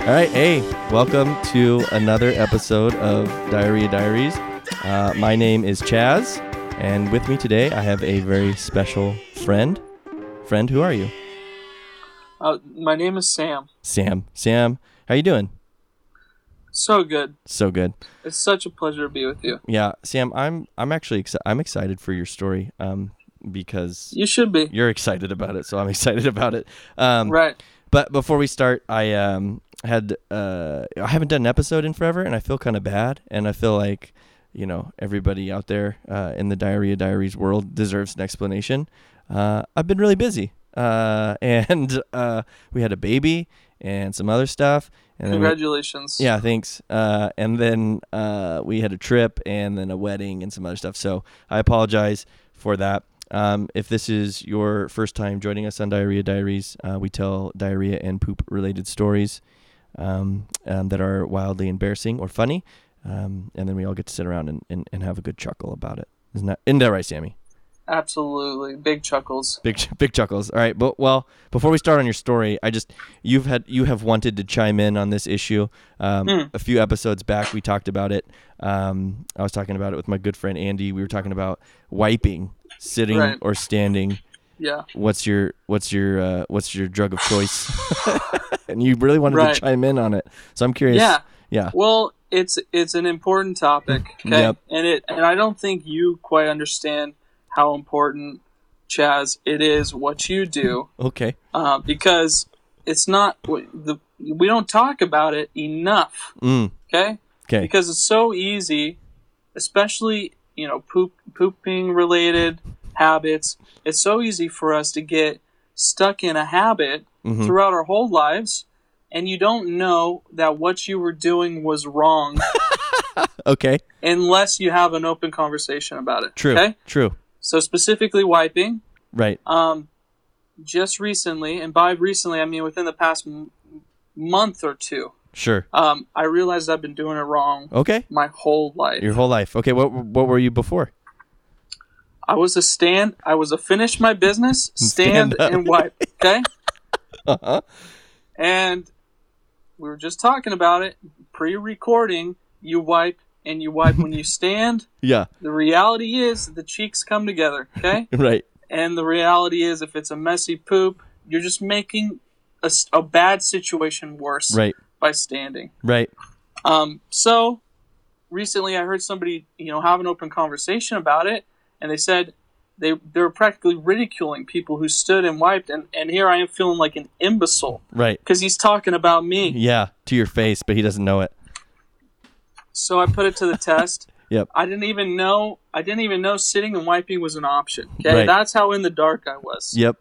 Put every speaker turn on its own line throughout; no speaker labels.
All right, hey, welcome to another episode of Diarrhea Diaries. Uh, my name is Chaz, and with me today I have a very special friend. Friend, who are you?
Uh, my name is Sam.
Sam. Sam, how you doing?
So good.
So good.
It's such a pleasure to be with you.
Yeah, Sam, I'm I'm actually exci- I'm excited for your story um because
You should be.
you're excited about it, so I'm excited about it. Um,
Right.
But before we start, I um had uh I haven't done an episode in forever, and I feel kind of bad, and I feel like you know everybody out there uh, in the diarrhea diaries world deserves an explanation. Uh, I've been really busy, uh, and uh, we had a baby and some other stuff, and then we-
Congratulations.
yeah, thanks. Uh, and then uh, we had a trip and then a wedding and some other stuff. So I apologize for that. Um, if this is your first time joining us on Diarrhea Diaries, uh, we tell diarrhea and poop related stories um, um, that are wildly embarrassing or funny. Um, and then we all get to sit around and, and, and have a good chuckle about it. Isn't that, isn't that right, Sammy?
Absolutely. Big chuckles.
Big big chuckles. All right, but well, before we start on your story, I just you've had you have wanted to chime in on this issue. Um,
Hmm.
A few episodes back, we talked about it. Um, I was talking about it with my good friend Andy. We were talking about wiping, sitting
Right.
or standing.
Yeah.
What's your what's your uh, what's your drug of choice? and you really wanted
Right.
to chime in on it, so I'm curious.
Yeah.
yeah,
Well, it's it's an important topic. Okay.
Mm, Yep.
And it and I don't think you quite understand how important, Chaz, it is what you do
okay,
uh, because it's not the we don't talk about it enough.
mm,
Okay.
okay,
because it's so easy, especially you know poop pooping related habits. It's so easy for us to get stuck in a habit
Mhm.
throughout our whole lives, and you don't know that what you were doing was wrong
okay,
unless you have an open conversation about it.
true,
Okay,
true,
so specifically wiping.
right,
Um, just recently, and by recently I mean within the past m- month or two,
sure,
um, I realized I've been doing it wrong
okay.
my whole life.
Your whole life. Okay, what what were you before?
I was a stand. I was a finish my business, stand,
Stand up.
and wipe. Okay,
Uh-huh.
and we were just talking about it pre-recording. You wipe and you wipe when you stand.
Yeah,
The reality is the cheeks come together. Okay,
right.
and the reality is if it's a messy poop, you're just making a, s- a bad situation worse
Right,
by standing.
right.
Um, so recently I heard somebody, you know, have an open conversation about it, and they said they they were practically ridiculing people who stood and wiped, and, and here I am feeling like an imbecile
Right.
because he's talking about me.
Yeah, to your face, but he doesn't know it.
So I put it to the test.
Yep.
I didn't even know I didn't even know sitting and wiping was an option. Okay,
Right.
that's how in the dark I was.
Yep.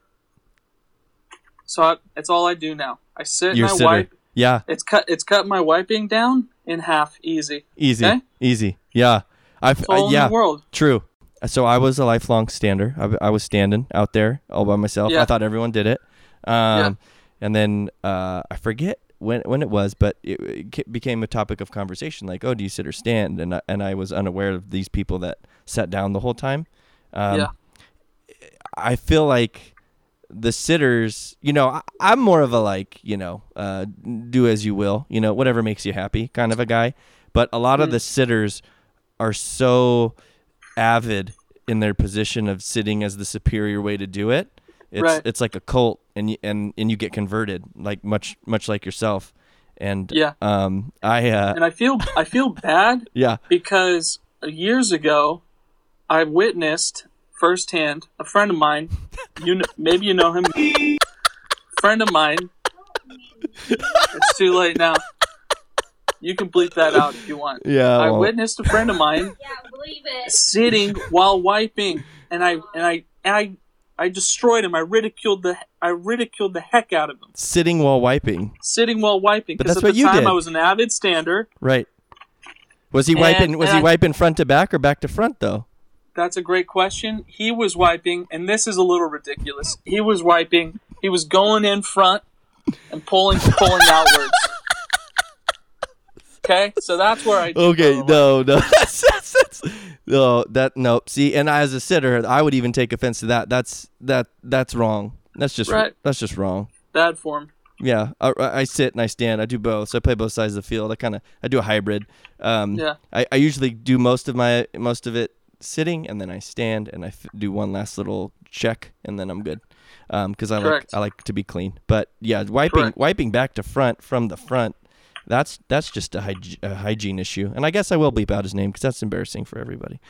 So I, that's all I do now. I sit
You're a
and I
sitter.
wipe.
Yeah,
It's cut. It's cut my wiping down in half, easy.
easy.
Okay.
Easy. Yeah. I've
Eh? It's all
uh,
in
yeah,
the world.
true. So I was a lifelong stander. I, I was standing out there all by myself. I
Yeah.
thought everyone did it. Um and then uh I forget when when it was, but it, it ca- became a topic of conversation like, "Oh, do you sit or stand?" and I, and I was unaware of these people that sat down the whole time. Um
yeah.
I feel like the sitters, you know, I, I'm more of a like, you know, uh, do as you will, you know, whatever makes you happy kind of a guy. But a lot of
Mm.
the sitters are so avid in their position of sitting as the superior way to do it. It's
Right.
it's like a cult, and you, and and you get converted, like much much like yourself. And
Yeah.
um, I uh,
And I feel I feel bad
yeah,
because years ago I witnessed firsthand a friend of mine. You kn- maybe you know him. Friend of mine. It's too late now. You can bleep that out if you want.
yeah.
I
well,
witnessed a friend of mine
Yeah, believe it.
sitting while wiping, and I and I and I I destroyed him. I ridiculed the I ridiculed the heck out of him
sitting while wiping,
sitting while wiping.
But
Because
that's
at
what
the
you
time
did.
I was an avid stander.
right? Was he
And-
wiping? Was he
and I-
wiping front to back or back to front though?
That's a great question. He was wiping, and this is a little ridiculous. He was wiping. He was going in front and pulling, pulling outwards. Okay, so that's where I.
Okay,
Oh,
no, no, that's, that's, that's no, that nope. See, and I, as a sitter, I would even take offense to that. That's that that's wrong. That's just
Right.
that's just wrong.
bad form.
Yeah, I, I I sit and I stand. I do both. So I play both sides of the field. I kind of I do a hybrid. Um,
Yeah.
I, I usually do most of my most of it sitting, and then I stand and I f- do one last little check, and then I'm good. Because I
Correct.
like I like to be clean. But yeah, wiping
Correct.
wiping back to front from the front. That's that's just a, hyg- a hygiene issue, and I guess I will bleep out his name because that's embarrassing for everybody.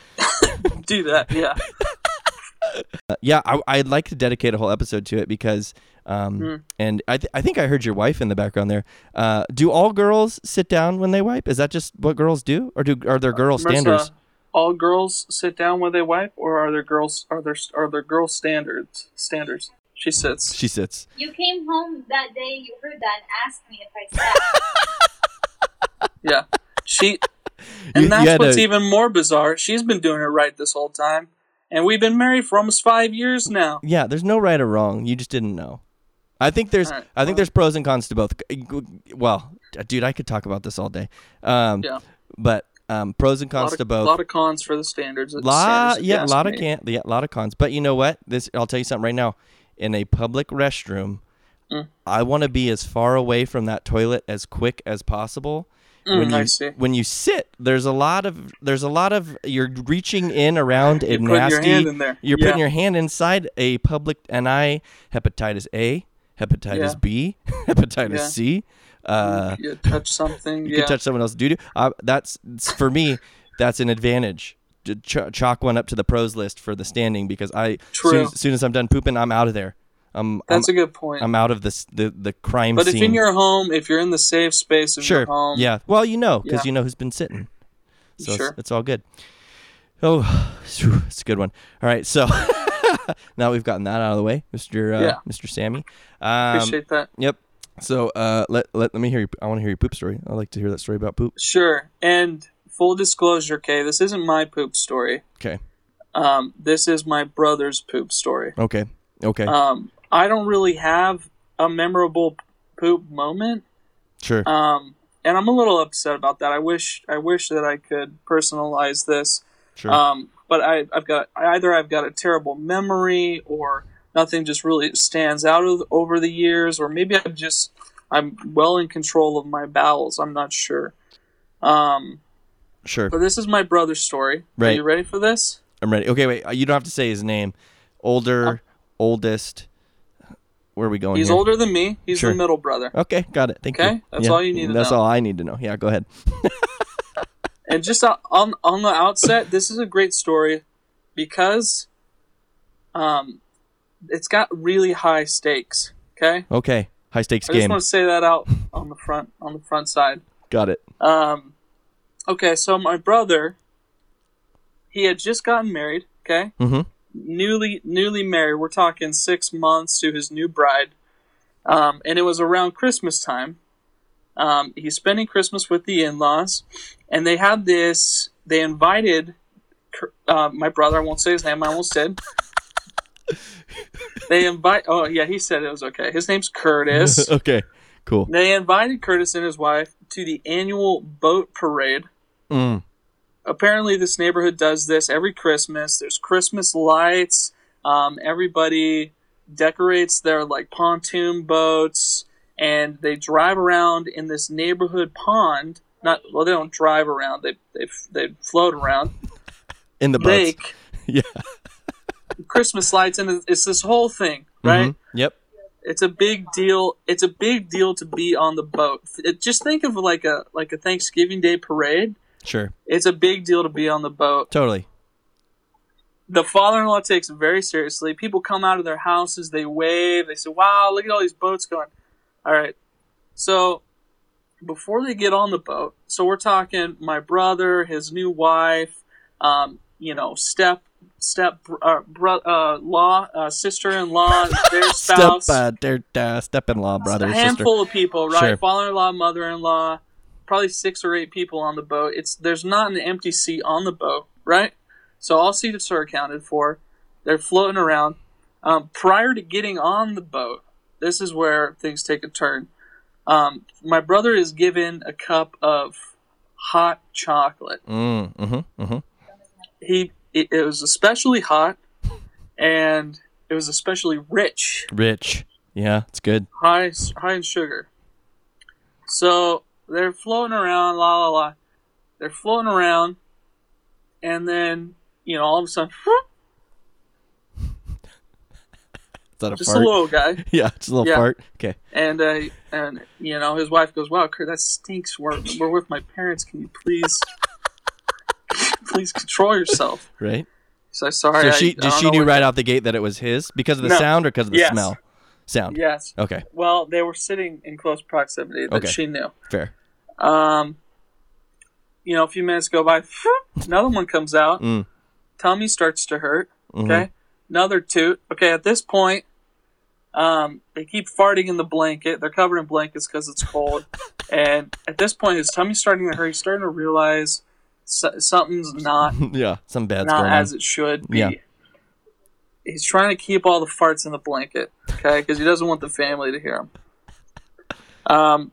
Do that. Yeah.
Uh, yeah, I, I'd like to dedicate a whole episode to it because, um,
Mm.
and I, th- I think I heard your wife in the background there. Uh, do all girls sit down when they wipe? Is that just what girls do, or do are there girl standards?
Marissa, uh, all girls sit down when they wipe, or are there girls are there are there girl standards standards? She sits.
She sits.
You came home that day, you heard that, and asked me if I sat.
Yeah. She. And
You-
that's
you had
what's
a-
even more bizarre. She's been doing it right this whole time, and we've been married for almost five years now.
Yeah, there's no right or wrong. You just didn't know. I think there's
All right,
I think
well-
there's pros and cons to both. Well, dude, I could talk about this all day. Um,
Yeah.
But um, pros and
A
cons
lot
to
of,
both.
lot of cons for the standards.
lot,
standards, if you
yeah, a
ask
lot of
me.
can, yeah, a lot of cons. But you know what? This I'll tell you something right now. In a public restroom,
Mm.
I want to be as far away from that toilet as quick as possible.
Mm,
when you
I see.
when you sit, there's a lot of there's a lot of you're reaching in around a
You're putting
nasty.
your hand in there.
You're
yeah.
putting your hand inside a public, and I hepatitis A, hepatitis
Yeah.
B, hepatitis
Yeah. Mm.
C. Uh,
You touch something.
you
yeah.
can touch someone else's doo-doo. Uh, that's it's- for me. That's an advantage. To ch- chalk one up to the pros list for the standing because I soon
True.
as, soon as I'm done pooping, I'm out of there. I'm I'm,
That's a good point.
I'm out of this the the crime
but
scene.
if in your home, if you're in the safe space of
sure,
your home,
yeah. Well, you know because
Yeah.
you know who's been sitting, so it's-
Sure.
it's, all good. Oh, phew, it's a good one. All right, so now we've gotten that out of the way, Mister uh,
Yeah.
Mister Sammy. Um,
appreciate that.
yep. So uh, let, let let me hear you. I want to hear your poop story. I like to hear that story about poop.
Sure. And full disclosure, okay, this isn't my poop story.
Okay.
Um, this is my brother's poop story.
Okay. Okay.
Um, I don't really have a memorable poop moment.
Sure.
Um, and I'm a little upset about that. I wish I wish that I could personalize this.
sure.
Um, but I, I've got either I've got a terrible memory or nothing just really stands out of, over the years, or maybe I'm just I'm well in control of my bowels. I'm not sure. Um,
sure.
but this is my brother's story. Are
Right.
you ready for this?
I'm ready. Okay, wait. You don't have to say his name. Older, oldest. Where are we going?
Uh, He's
here?
older than me. He's
Oh, Sure.
the middle brother.
Okay, got it. Thank you.
Okay, that's all you need to
That's
know.
all I need to know. Yeah, go ahead.
And just on- on on the outset, this is a great story because um, it's got really high stakes. Okay,
Okay, high stakes
I just
game.
want to say that out on the front on the front side.
Got it.
Um, okay, so my brother, he had just gotten married. Okay,
Mm-hmm.
newly newly married. We're talking six months to his new bride, um, and it was around Christmas time. Um, he's spending Christmas with the in-laws, and they had this. They invited cr- uh, my brother. I won't say his name. I almost did. they invite. Oh yeah, he said it was okay. His name's Curtis.
okay, cool.
they invited Curtis and his wife to the annual boat parade
Mm.
apparently this neighborhood does this every christmas there's christmas lights um, everybody decorates their like pontoon boats and they drive around in this neighborhood pond not well they don't drive around they they, they float around
In the boats.
lake
Yeah.
christmas lights and it's- it's this whole thing right
Mhm. Yep.
it's a big deal it's a big deal to be on the boat it, just think of like a like a thanksgiving day parade
Sure.
it's a big deal to be on the boat
Totally.
the father-in-law takes it very seriously. People come out of their houses, they wave, they say, "Wow, look at all these boats going." All right. So, before they get on the boat, so we're talking my brother, his new wife, um, you know, step step uh, bro, uh, law uh, sister-in-law, their spouse,
Step, uh, der, uh, step in law, brother,
a
sister.
handful of people, right?
Sure.
Father-in-law, mother-in-law, probably six or eight people on the boat. It's there's not an empty seat on the boat, right? So all seats are accounted for. They're floating around. Um, prior to getting on the boat, this is where things take a turn. Um, my brother is given a cup of hot chocolate.
Mm, mm-hmm, mm-hmm.
He it, it was especially hot, and it was especially rich.
Rich. Yeah, it's good.
high high in sugar. So they're floating around, la la la. They're floating around, and then you know all of a sudden,
Is that a
just
fart?
a little guy,
yeah, just a little
Yeah.
fart. Okay.
and uh, and you know his wife goes, "Wow, Kurt, that stinks. We're we're with my parents. Can you please, please control yourself?"
Right.
So sorry.
so
I- I
she did
don't
she
know
knew
what-
right off the gate that it was his because of the
No.
sound or because of the
Yes.
smell? Sound.
Yes.
Okay.
Well, they were sitting in close proximity that
Okay.
she knew.
Fair.
Um, you know, a few minutes go by, another one comes out.
Mm.
Tummy starts to hurt.
Mhm.
Okay, another toot. Okay, at this point, um, they keep farting in the blanket. They're covered in blankets because it's cold. and at this point, his tummy's starting to hurt. He's starting to realize so- something's not
yeah. Some bad's
not
going
as
on.
it should be.
Yeah.
He's trying to keep all the farts in the blanket, okay, because he doesn't want the family to hear him. Um,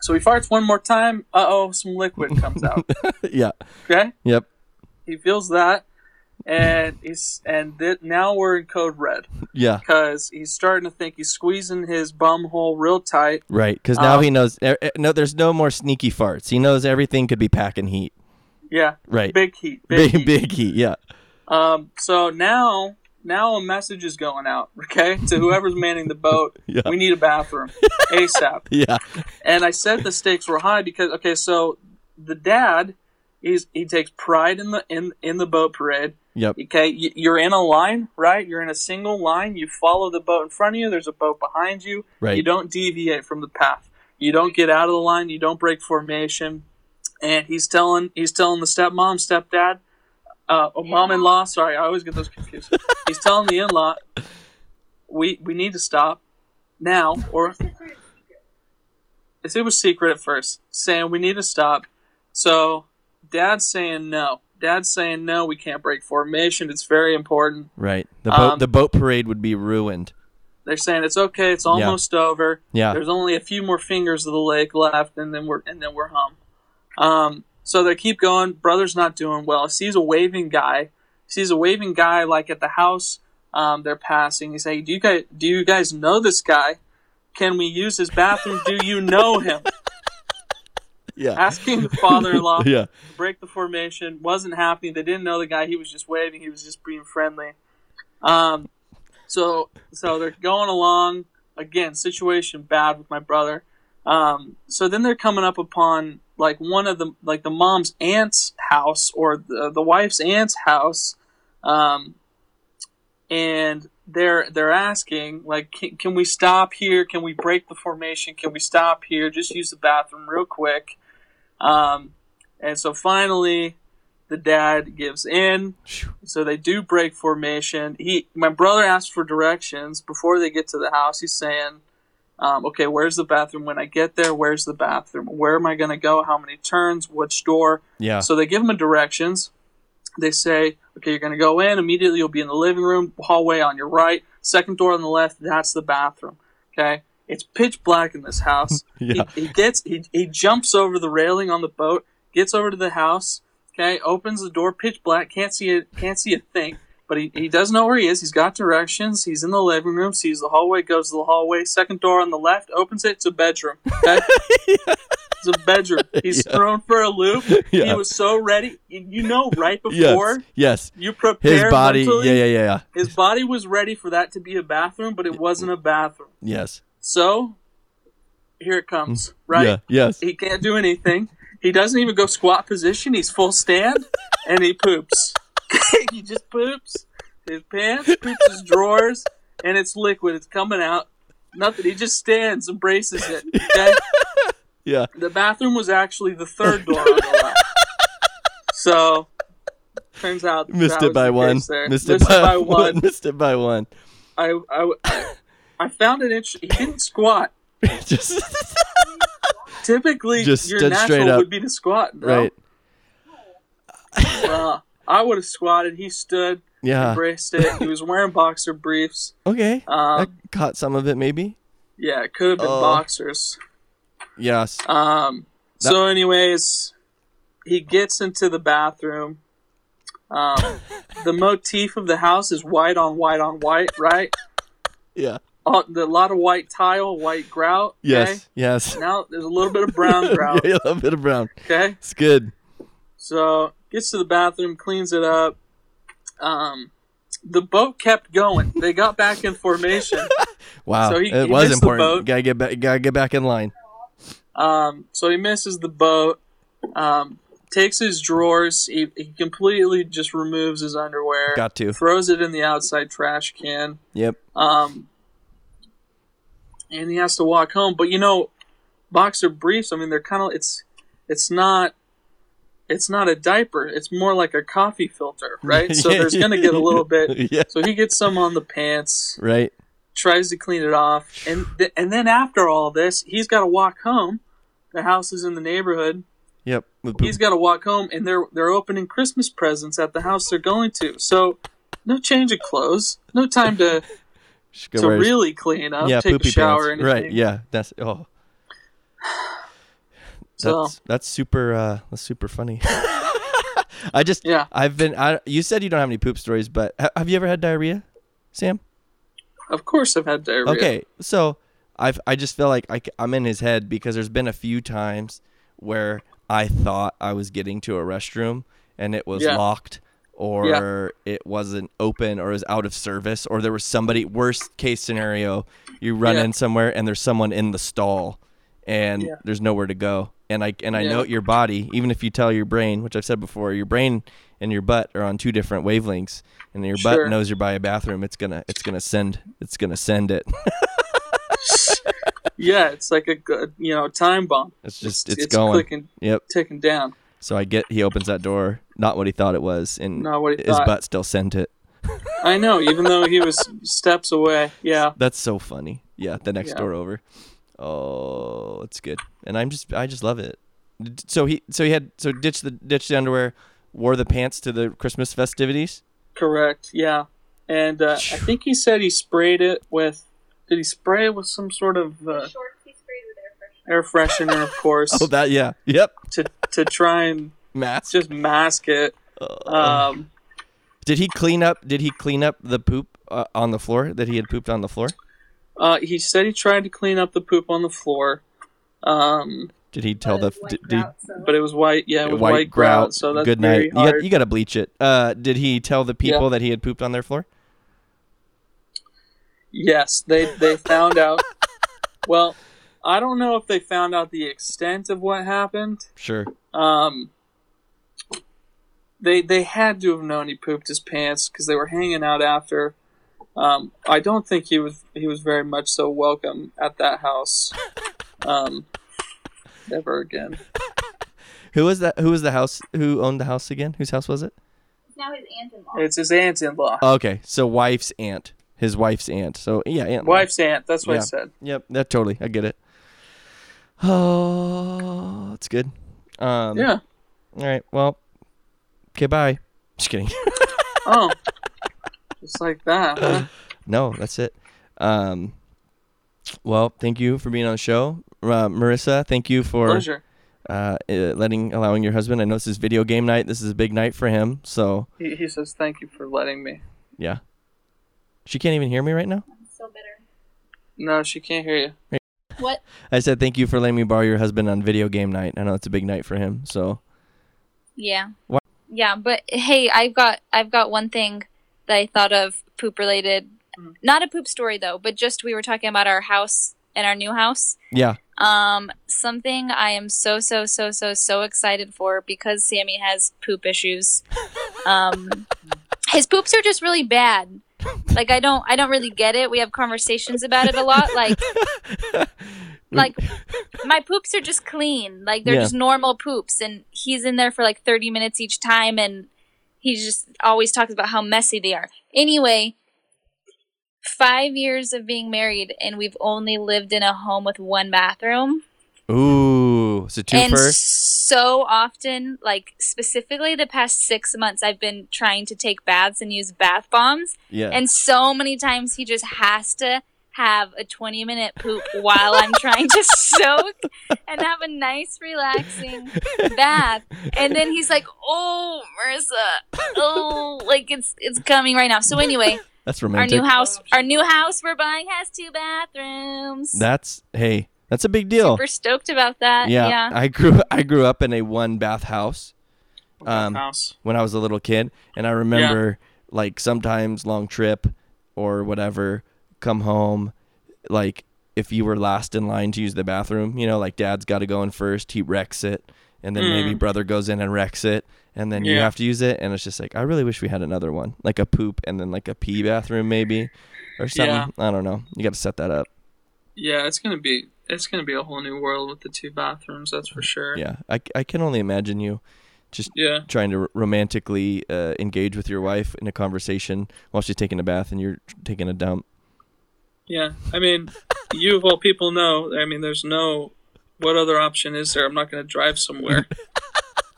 so he farts one more time. Uh oh, some liquid comes out.
yeah.
Okay,
Yep.
he feels that, and he's and th- now we're in code red
Yeah.
because he's starting to think he's squeezing his bum hole real tight.
Right. Because now
Um,
he knows. er- er, No, there's no more sneaky farts. He knows everything could be packing heat.
Yeah,
Right.
big heat, big,
Big
heat.
big heat. Yeah.
Um, so now, now a message is going out, okay, to whoever's manning the boat.
Yeah.
We need a bathroom ASAP.
Yeah.
And I said the stakes were high because okay, so the dad, he's he takes pride in the in in the boat parade.
Yep.
Okay, Y- you're in a line, right? You're in a single line. You follow the boat in front of you. There's a boat behind you.
Right.
You don't deviate from the path. You don't get out of the line. You don't break formation. And he's telling he's telling the stepmom, stepdad, uh, oh, mom in law. Sorry, I always get those confused. he's telling the in law, we we need to stop now, or it was secret at first, saying we need to stop. So dad's saying no. Dad's saying no. We can't break formation. It's very important.
Right. The boat
Um,
the boat parade would be ruined.
They're saying it's okay. It's almost over.
Yeah.
There's only a few more fingers of the lake left, and then we're and then we're home. Um, so they keep going. Brother's not doing well. He sees a waving guy. He sees a waving guy like at the house. Um, they're passing. He's like, "Do you guys do you guys know this guy? Can we use his bathroom? do you know him?"
Yeah.
Asking the father-in-law
Yeah.
to break the formation wasn't happening. They didn't know the guy. He was just waving. He was just being friendly. Um, so so they're going along again. Situation bad with my brother. Um, so then they're coming up upon like one of the like the mom's aunt's house or the, the wife's aunt's house, um, and they're they're asking like, can, can we stop here? Can we break the formation? Can we stop here? Just use the bathroom real quick. Um, and so finally, the dad gives in.
Phew.
So they do break formation. He, my brother asked for directions before they get to the house. He's saying, um, "Okay, where's the bathroom? When I get there, where's the bathroom? Where am I going to go? How many turns? Which door?"
Yeah.
So they give him a directions. They say, "Okay, you're going to go in immediately. You'll be in the living room hallway on your right, second door on the left. That's the bathroom." Okay. It's pitch black in this house.
Yeah.
He, he gets he, he jumps over the railing on the boat, gets over to the house, okay, opens the door, pitch black, can't see it can't see a thing. But he, he does know where he is. He's got directions. He's in the living room, sees the hallway, goes to the hallway, second door on the left, opens it, it's a bedroom. Okay? It's a bedroom. He's
Yeah.
thrown for a loop.
Yeah.
He was so ready. You know, right before
Yes. Yes.
you prepare
His body.
mentally,
Yeah. Yeah. Yeah. Yeah.
his body was ready for that to be a bathroom, but it wasn't a bathroom.
Yes.
So here it comes, right?
Mm. Yeah. Yes.
He can't do anything. He doesn't even go squat position. He's full stand, and he poops. he just poops his pants, poops his drawers, and it's liquid. It's coming out. Nothing. He just stands, embraces it. Okay?
Yeah.
The bathroom was actually the third door on the left. So turns out
Missed
that
it
was
by
the
one.
case there.
Missed it by one.
one.
Missed it by one.
I, I, I- I found it interesting. He didn't squat.
Just
Typically,
Just
your
stood
natural
straight up.
would be to squat. No?
right.
Uh, I would have squatted. He stood,
Yeah.
embraced it. He was wearing boxer briefs.
Okay. I
Um,
caught some of it maybe.
yeah, it could have been
Oh.
boxers.
Yes.
Um, so, anyways, he gets into the bathroom. Um, the motif of the house is white on white on white, right?
Yeah.
uh, the, a lot of white tile, white grout.
Yes.
okay?
Yes.
Now there's a little bit of brown grout.
yeah, a little bit of brown.
Okay.
It's good.
So gets to the bathroom, cleans it up. Um, the boat kept going. They got back in formation.
Wow.
So he-
it
he
was
missed the
important.
boat.
Gotta get back. Gotta get back in line.
Um, so he misses the boat. Um, takes his drawers. He, he completely just removes his underwear.
Got to.
Throws it in the outside trash can.
Yep.
Um, and he has to walk home. But you know, boxer briefs. I mean, they're kind of it's it's not it's not a diaper. It's more like a coffee filter, right? So there's going to get a little bit.
yeah.
So he gets some on the pants,
Right.
tries to clean it off, and th- and then after all this, he's got to walk home. The house is in the neighborhood.
Yep. With poop.
He's got to walk home, and they're they're opening Christmas presents at the house they're going to. So no change of clothes, no time to
Should go
to
wear his-
really clean up,
yeah,
take a
poopy
shower,
pants.
or anything.
Right. Yeah. That's oh.
So-
That's that's super uh that's super funny. I just
Yeah.
I've been I you said you don't have any poop stories, but ha- have you ever had diarrhea, Sam?
Of course, I've had diarrhea.
Okay, so I've I just feel like I, am in his head because there's been a few times where I thought I was getting to a restroom and it was
Yeah.
locked or it wasn't open or it was out of service or there was somebody worst case scenario you run
Yeah.
in somewhere and there's someone in the stall and
Yeah.
there's nowhere to go and I and I
Yeah.
know your body even if you tell your brain which I've said before your brain and your butt are on two different wavelengths and your
Sure.
butt knows you're by a bathroom it's gonna it's gonna send it's gonna send it
Yeah, it's like a good, you know time bomb.
It's just it's, going.
clicking,
Yep.
ticking down.
So I get he opens that door, not what he thought it was, and
Not what he
his
thought.
butt still sent it.
I know, even though he was steps away. Yeah,
That's so funny. Yeah, the next
Yeah.
door over. Oh, it's good, and I'm just I just love it. D- So he so he had so ditched the ditched the underwear, wore the pants to the Christmas festivities.
correct. Yeah, and uh, I think he said he sprayed it with. Did he spray it with some sort of uh,
Shorts he sprayed with air freshener.
air freshener? Of course,
Oh, that yeah, yep.
to to try and
Mask.
just mask it. Um,
did he clean up? Did he clean up the poop uh, on the floor that he had pooped on the floor?
uh, he said he tried to clean up the poop on the floor. Um,
Did he tell the?
It was white
Did, did,
grout, so-
but it was white, yeah, it was
white, grout.
so that's
good
very
night. You
hard.
got, you got to bleach it. Uh, did he tell the people
Yeah.
that he had pooped on their floor?
Yes, they they found out. Well, I don't know if they found out the extent of what happened.
Sure.
Um, they they had to have known he pooped his pants because they were hanging out after. Um, I don't think he was he was very much so welcome at that house. Um, never again.
Who was that? Who was the house? Who owned the house again? Whose house was it?
It's now his aunt-in-law.
It's his aunt-in-law,
Okay, so wife's aunt. His wife's aunt. So yeah, aunt.
wife's aunt. That's what
Yeah.
I said.
Yep. That totally. I get it. Oh, it's good. Um,
Yeah.
All right. Well. Okay. Bye. Just kidding.
Oh, just like that. huh?
no, that's it. Um. Well, thank you for being on the show, uh, Marissa. Thank you for
Pleasure.
uh, uh, letting allowing your husband. I know this is video game night. This is a big night for him. So
He, he says thank you for letting me.
yeah, she can't even hear me right now.
So bitter.
No, she can't hear you.
What?
I said thank you for letting me borrow your husband on video game night. I know it's a big night for him. So
Yeah.
What?
Yeah, but hey, I've got I've got one thing that I thought of poop related. Not a poop story though, but just we were talking about our house and our new house.
yeah,
Um, something I am so so so so so excited for because Sammy has poop issues. Um, his poops are just really bad. Like I don't I don't really get it. We have conversations about it a lot. Like like my poops are just clean. Like they're
Yeah.
just normal poops, and he's in there for like thirty minutes each time, and he just always talks about how messy they are. Anyway, five years of being married, and we've only lived in a home with one bathroom.
ooh, it's a
And
twofer.
so often, like specifically the past six months, I've been trying to take baths and use bath bombs.
Yeah,
And so many times he just has to have a 20 minute poop while I'm trying to soak and have a nice, relaxing bath. And then he's like, oh, Marissa, oh, like it's, it's coming right now. So, anyway,
That's
Our
romantic.
new house, our new house we're buying has two bathrooms.
That's hey, that's a big deal.
We're stoked about that.
yeah,
Yeah.
I grew I grew up in a one bath house Um,
house.
when I was a little kid, and I remember like sometimes long trip or whatever, come home, like if you were last in line to use the bathroom, you know, like dad's got to go in first, he wrecks it, and then maybe brother goes in and wrecks it, and then you
Mm. Yeah.
have to use it, and it's just like I really wish we had another one, like a poop and then like a pee bathroom maybe, or something.
Yeah.
I don't know. You got to set that up.
Yeah, it's gonna be it's gonna be a whole new world with the two bathrooms. That's for sure.
Yeah, I, I can only imagine you just
Yeah.
trying to r- romantically uh, engage with your wife in a conversation while she's taking a bath and you're taking a dump.
Yeah. I mean, you of all people know. I mean, there's no. What other option is there? I'm not gonna drive somewhere.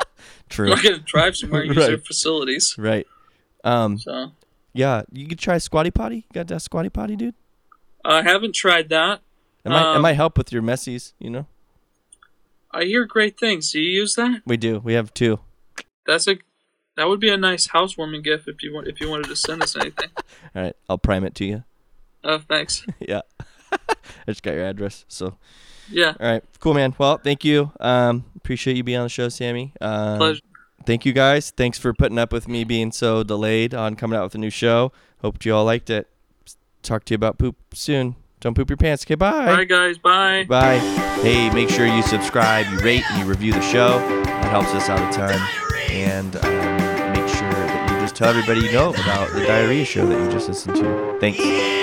I'm
True.
not gonna drive somewhere. and Use their
Right.
facilities.
right. Um.
So
Yeah. You could try squatty potty. You got that squatty potty, dude?
I haven't tried that.
It might, it
Um,
might help with your messies. You know,
I hear great things. Do you use that?
we do. We have two.
That's a. That would be a nice housewarming gift if you want. If you wanted to send us anything.
All right. I'll prime it to you.
Oh, thanks.
yeah. I just got your address. So.
Yeah.
All right. Cool, man. Well, thank you. Um. Appreciate you being on the show, Sammy. Um,
Pleasure.
Thank you guys. Thanks for putting up with me being so delayed on coming out with a new show. Hope you all liked it. Talk to you about poop soon. Don't poop your pants. Okay,
All right, guys. Bye.
Bye. Hey, make sure you subscribe, you rate, and you review the show. That helps us out a ton. And um, make sure that you just tell everybody you know about the diarrhea show that you just listened to. Thanks.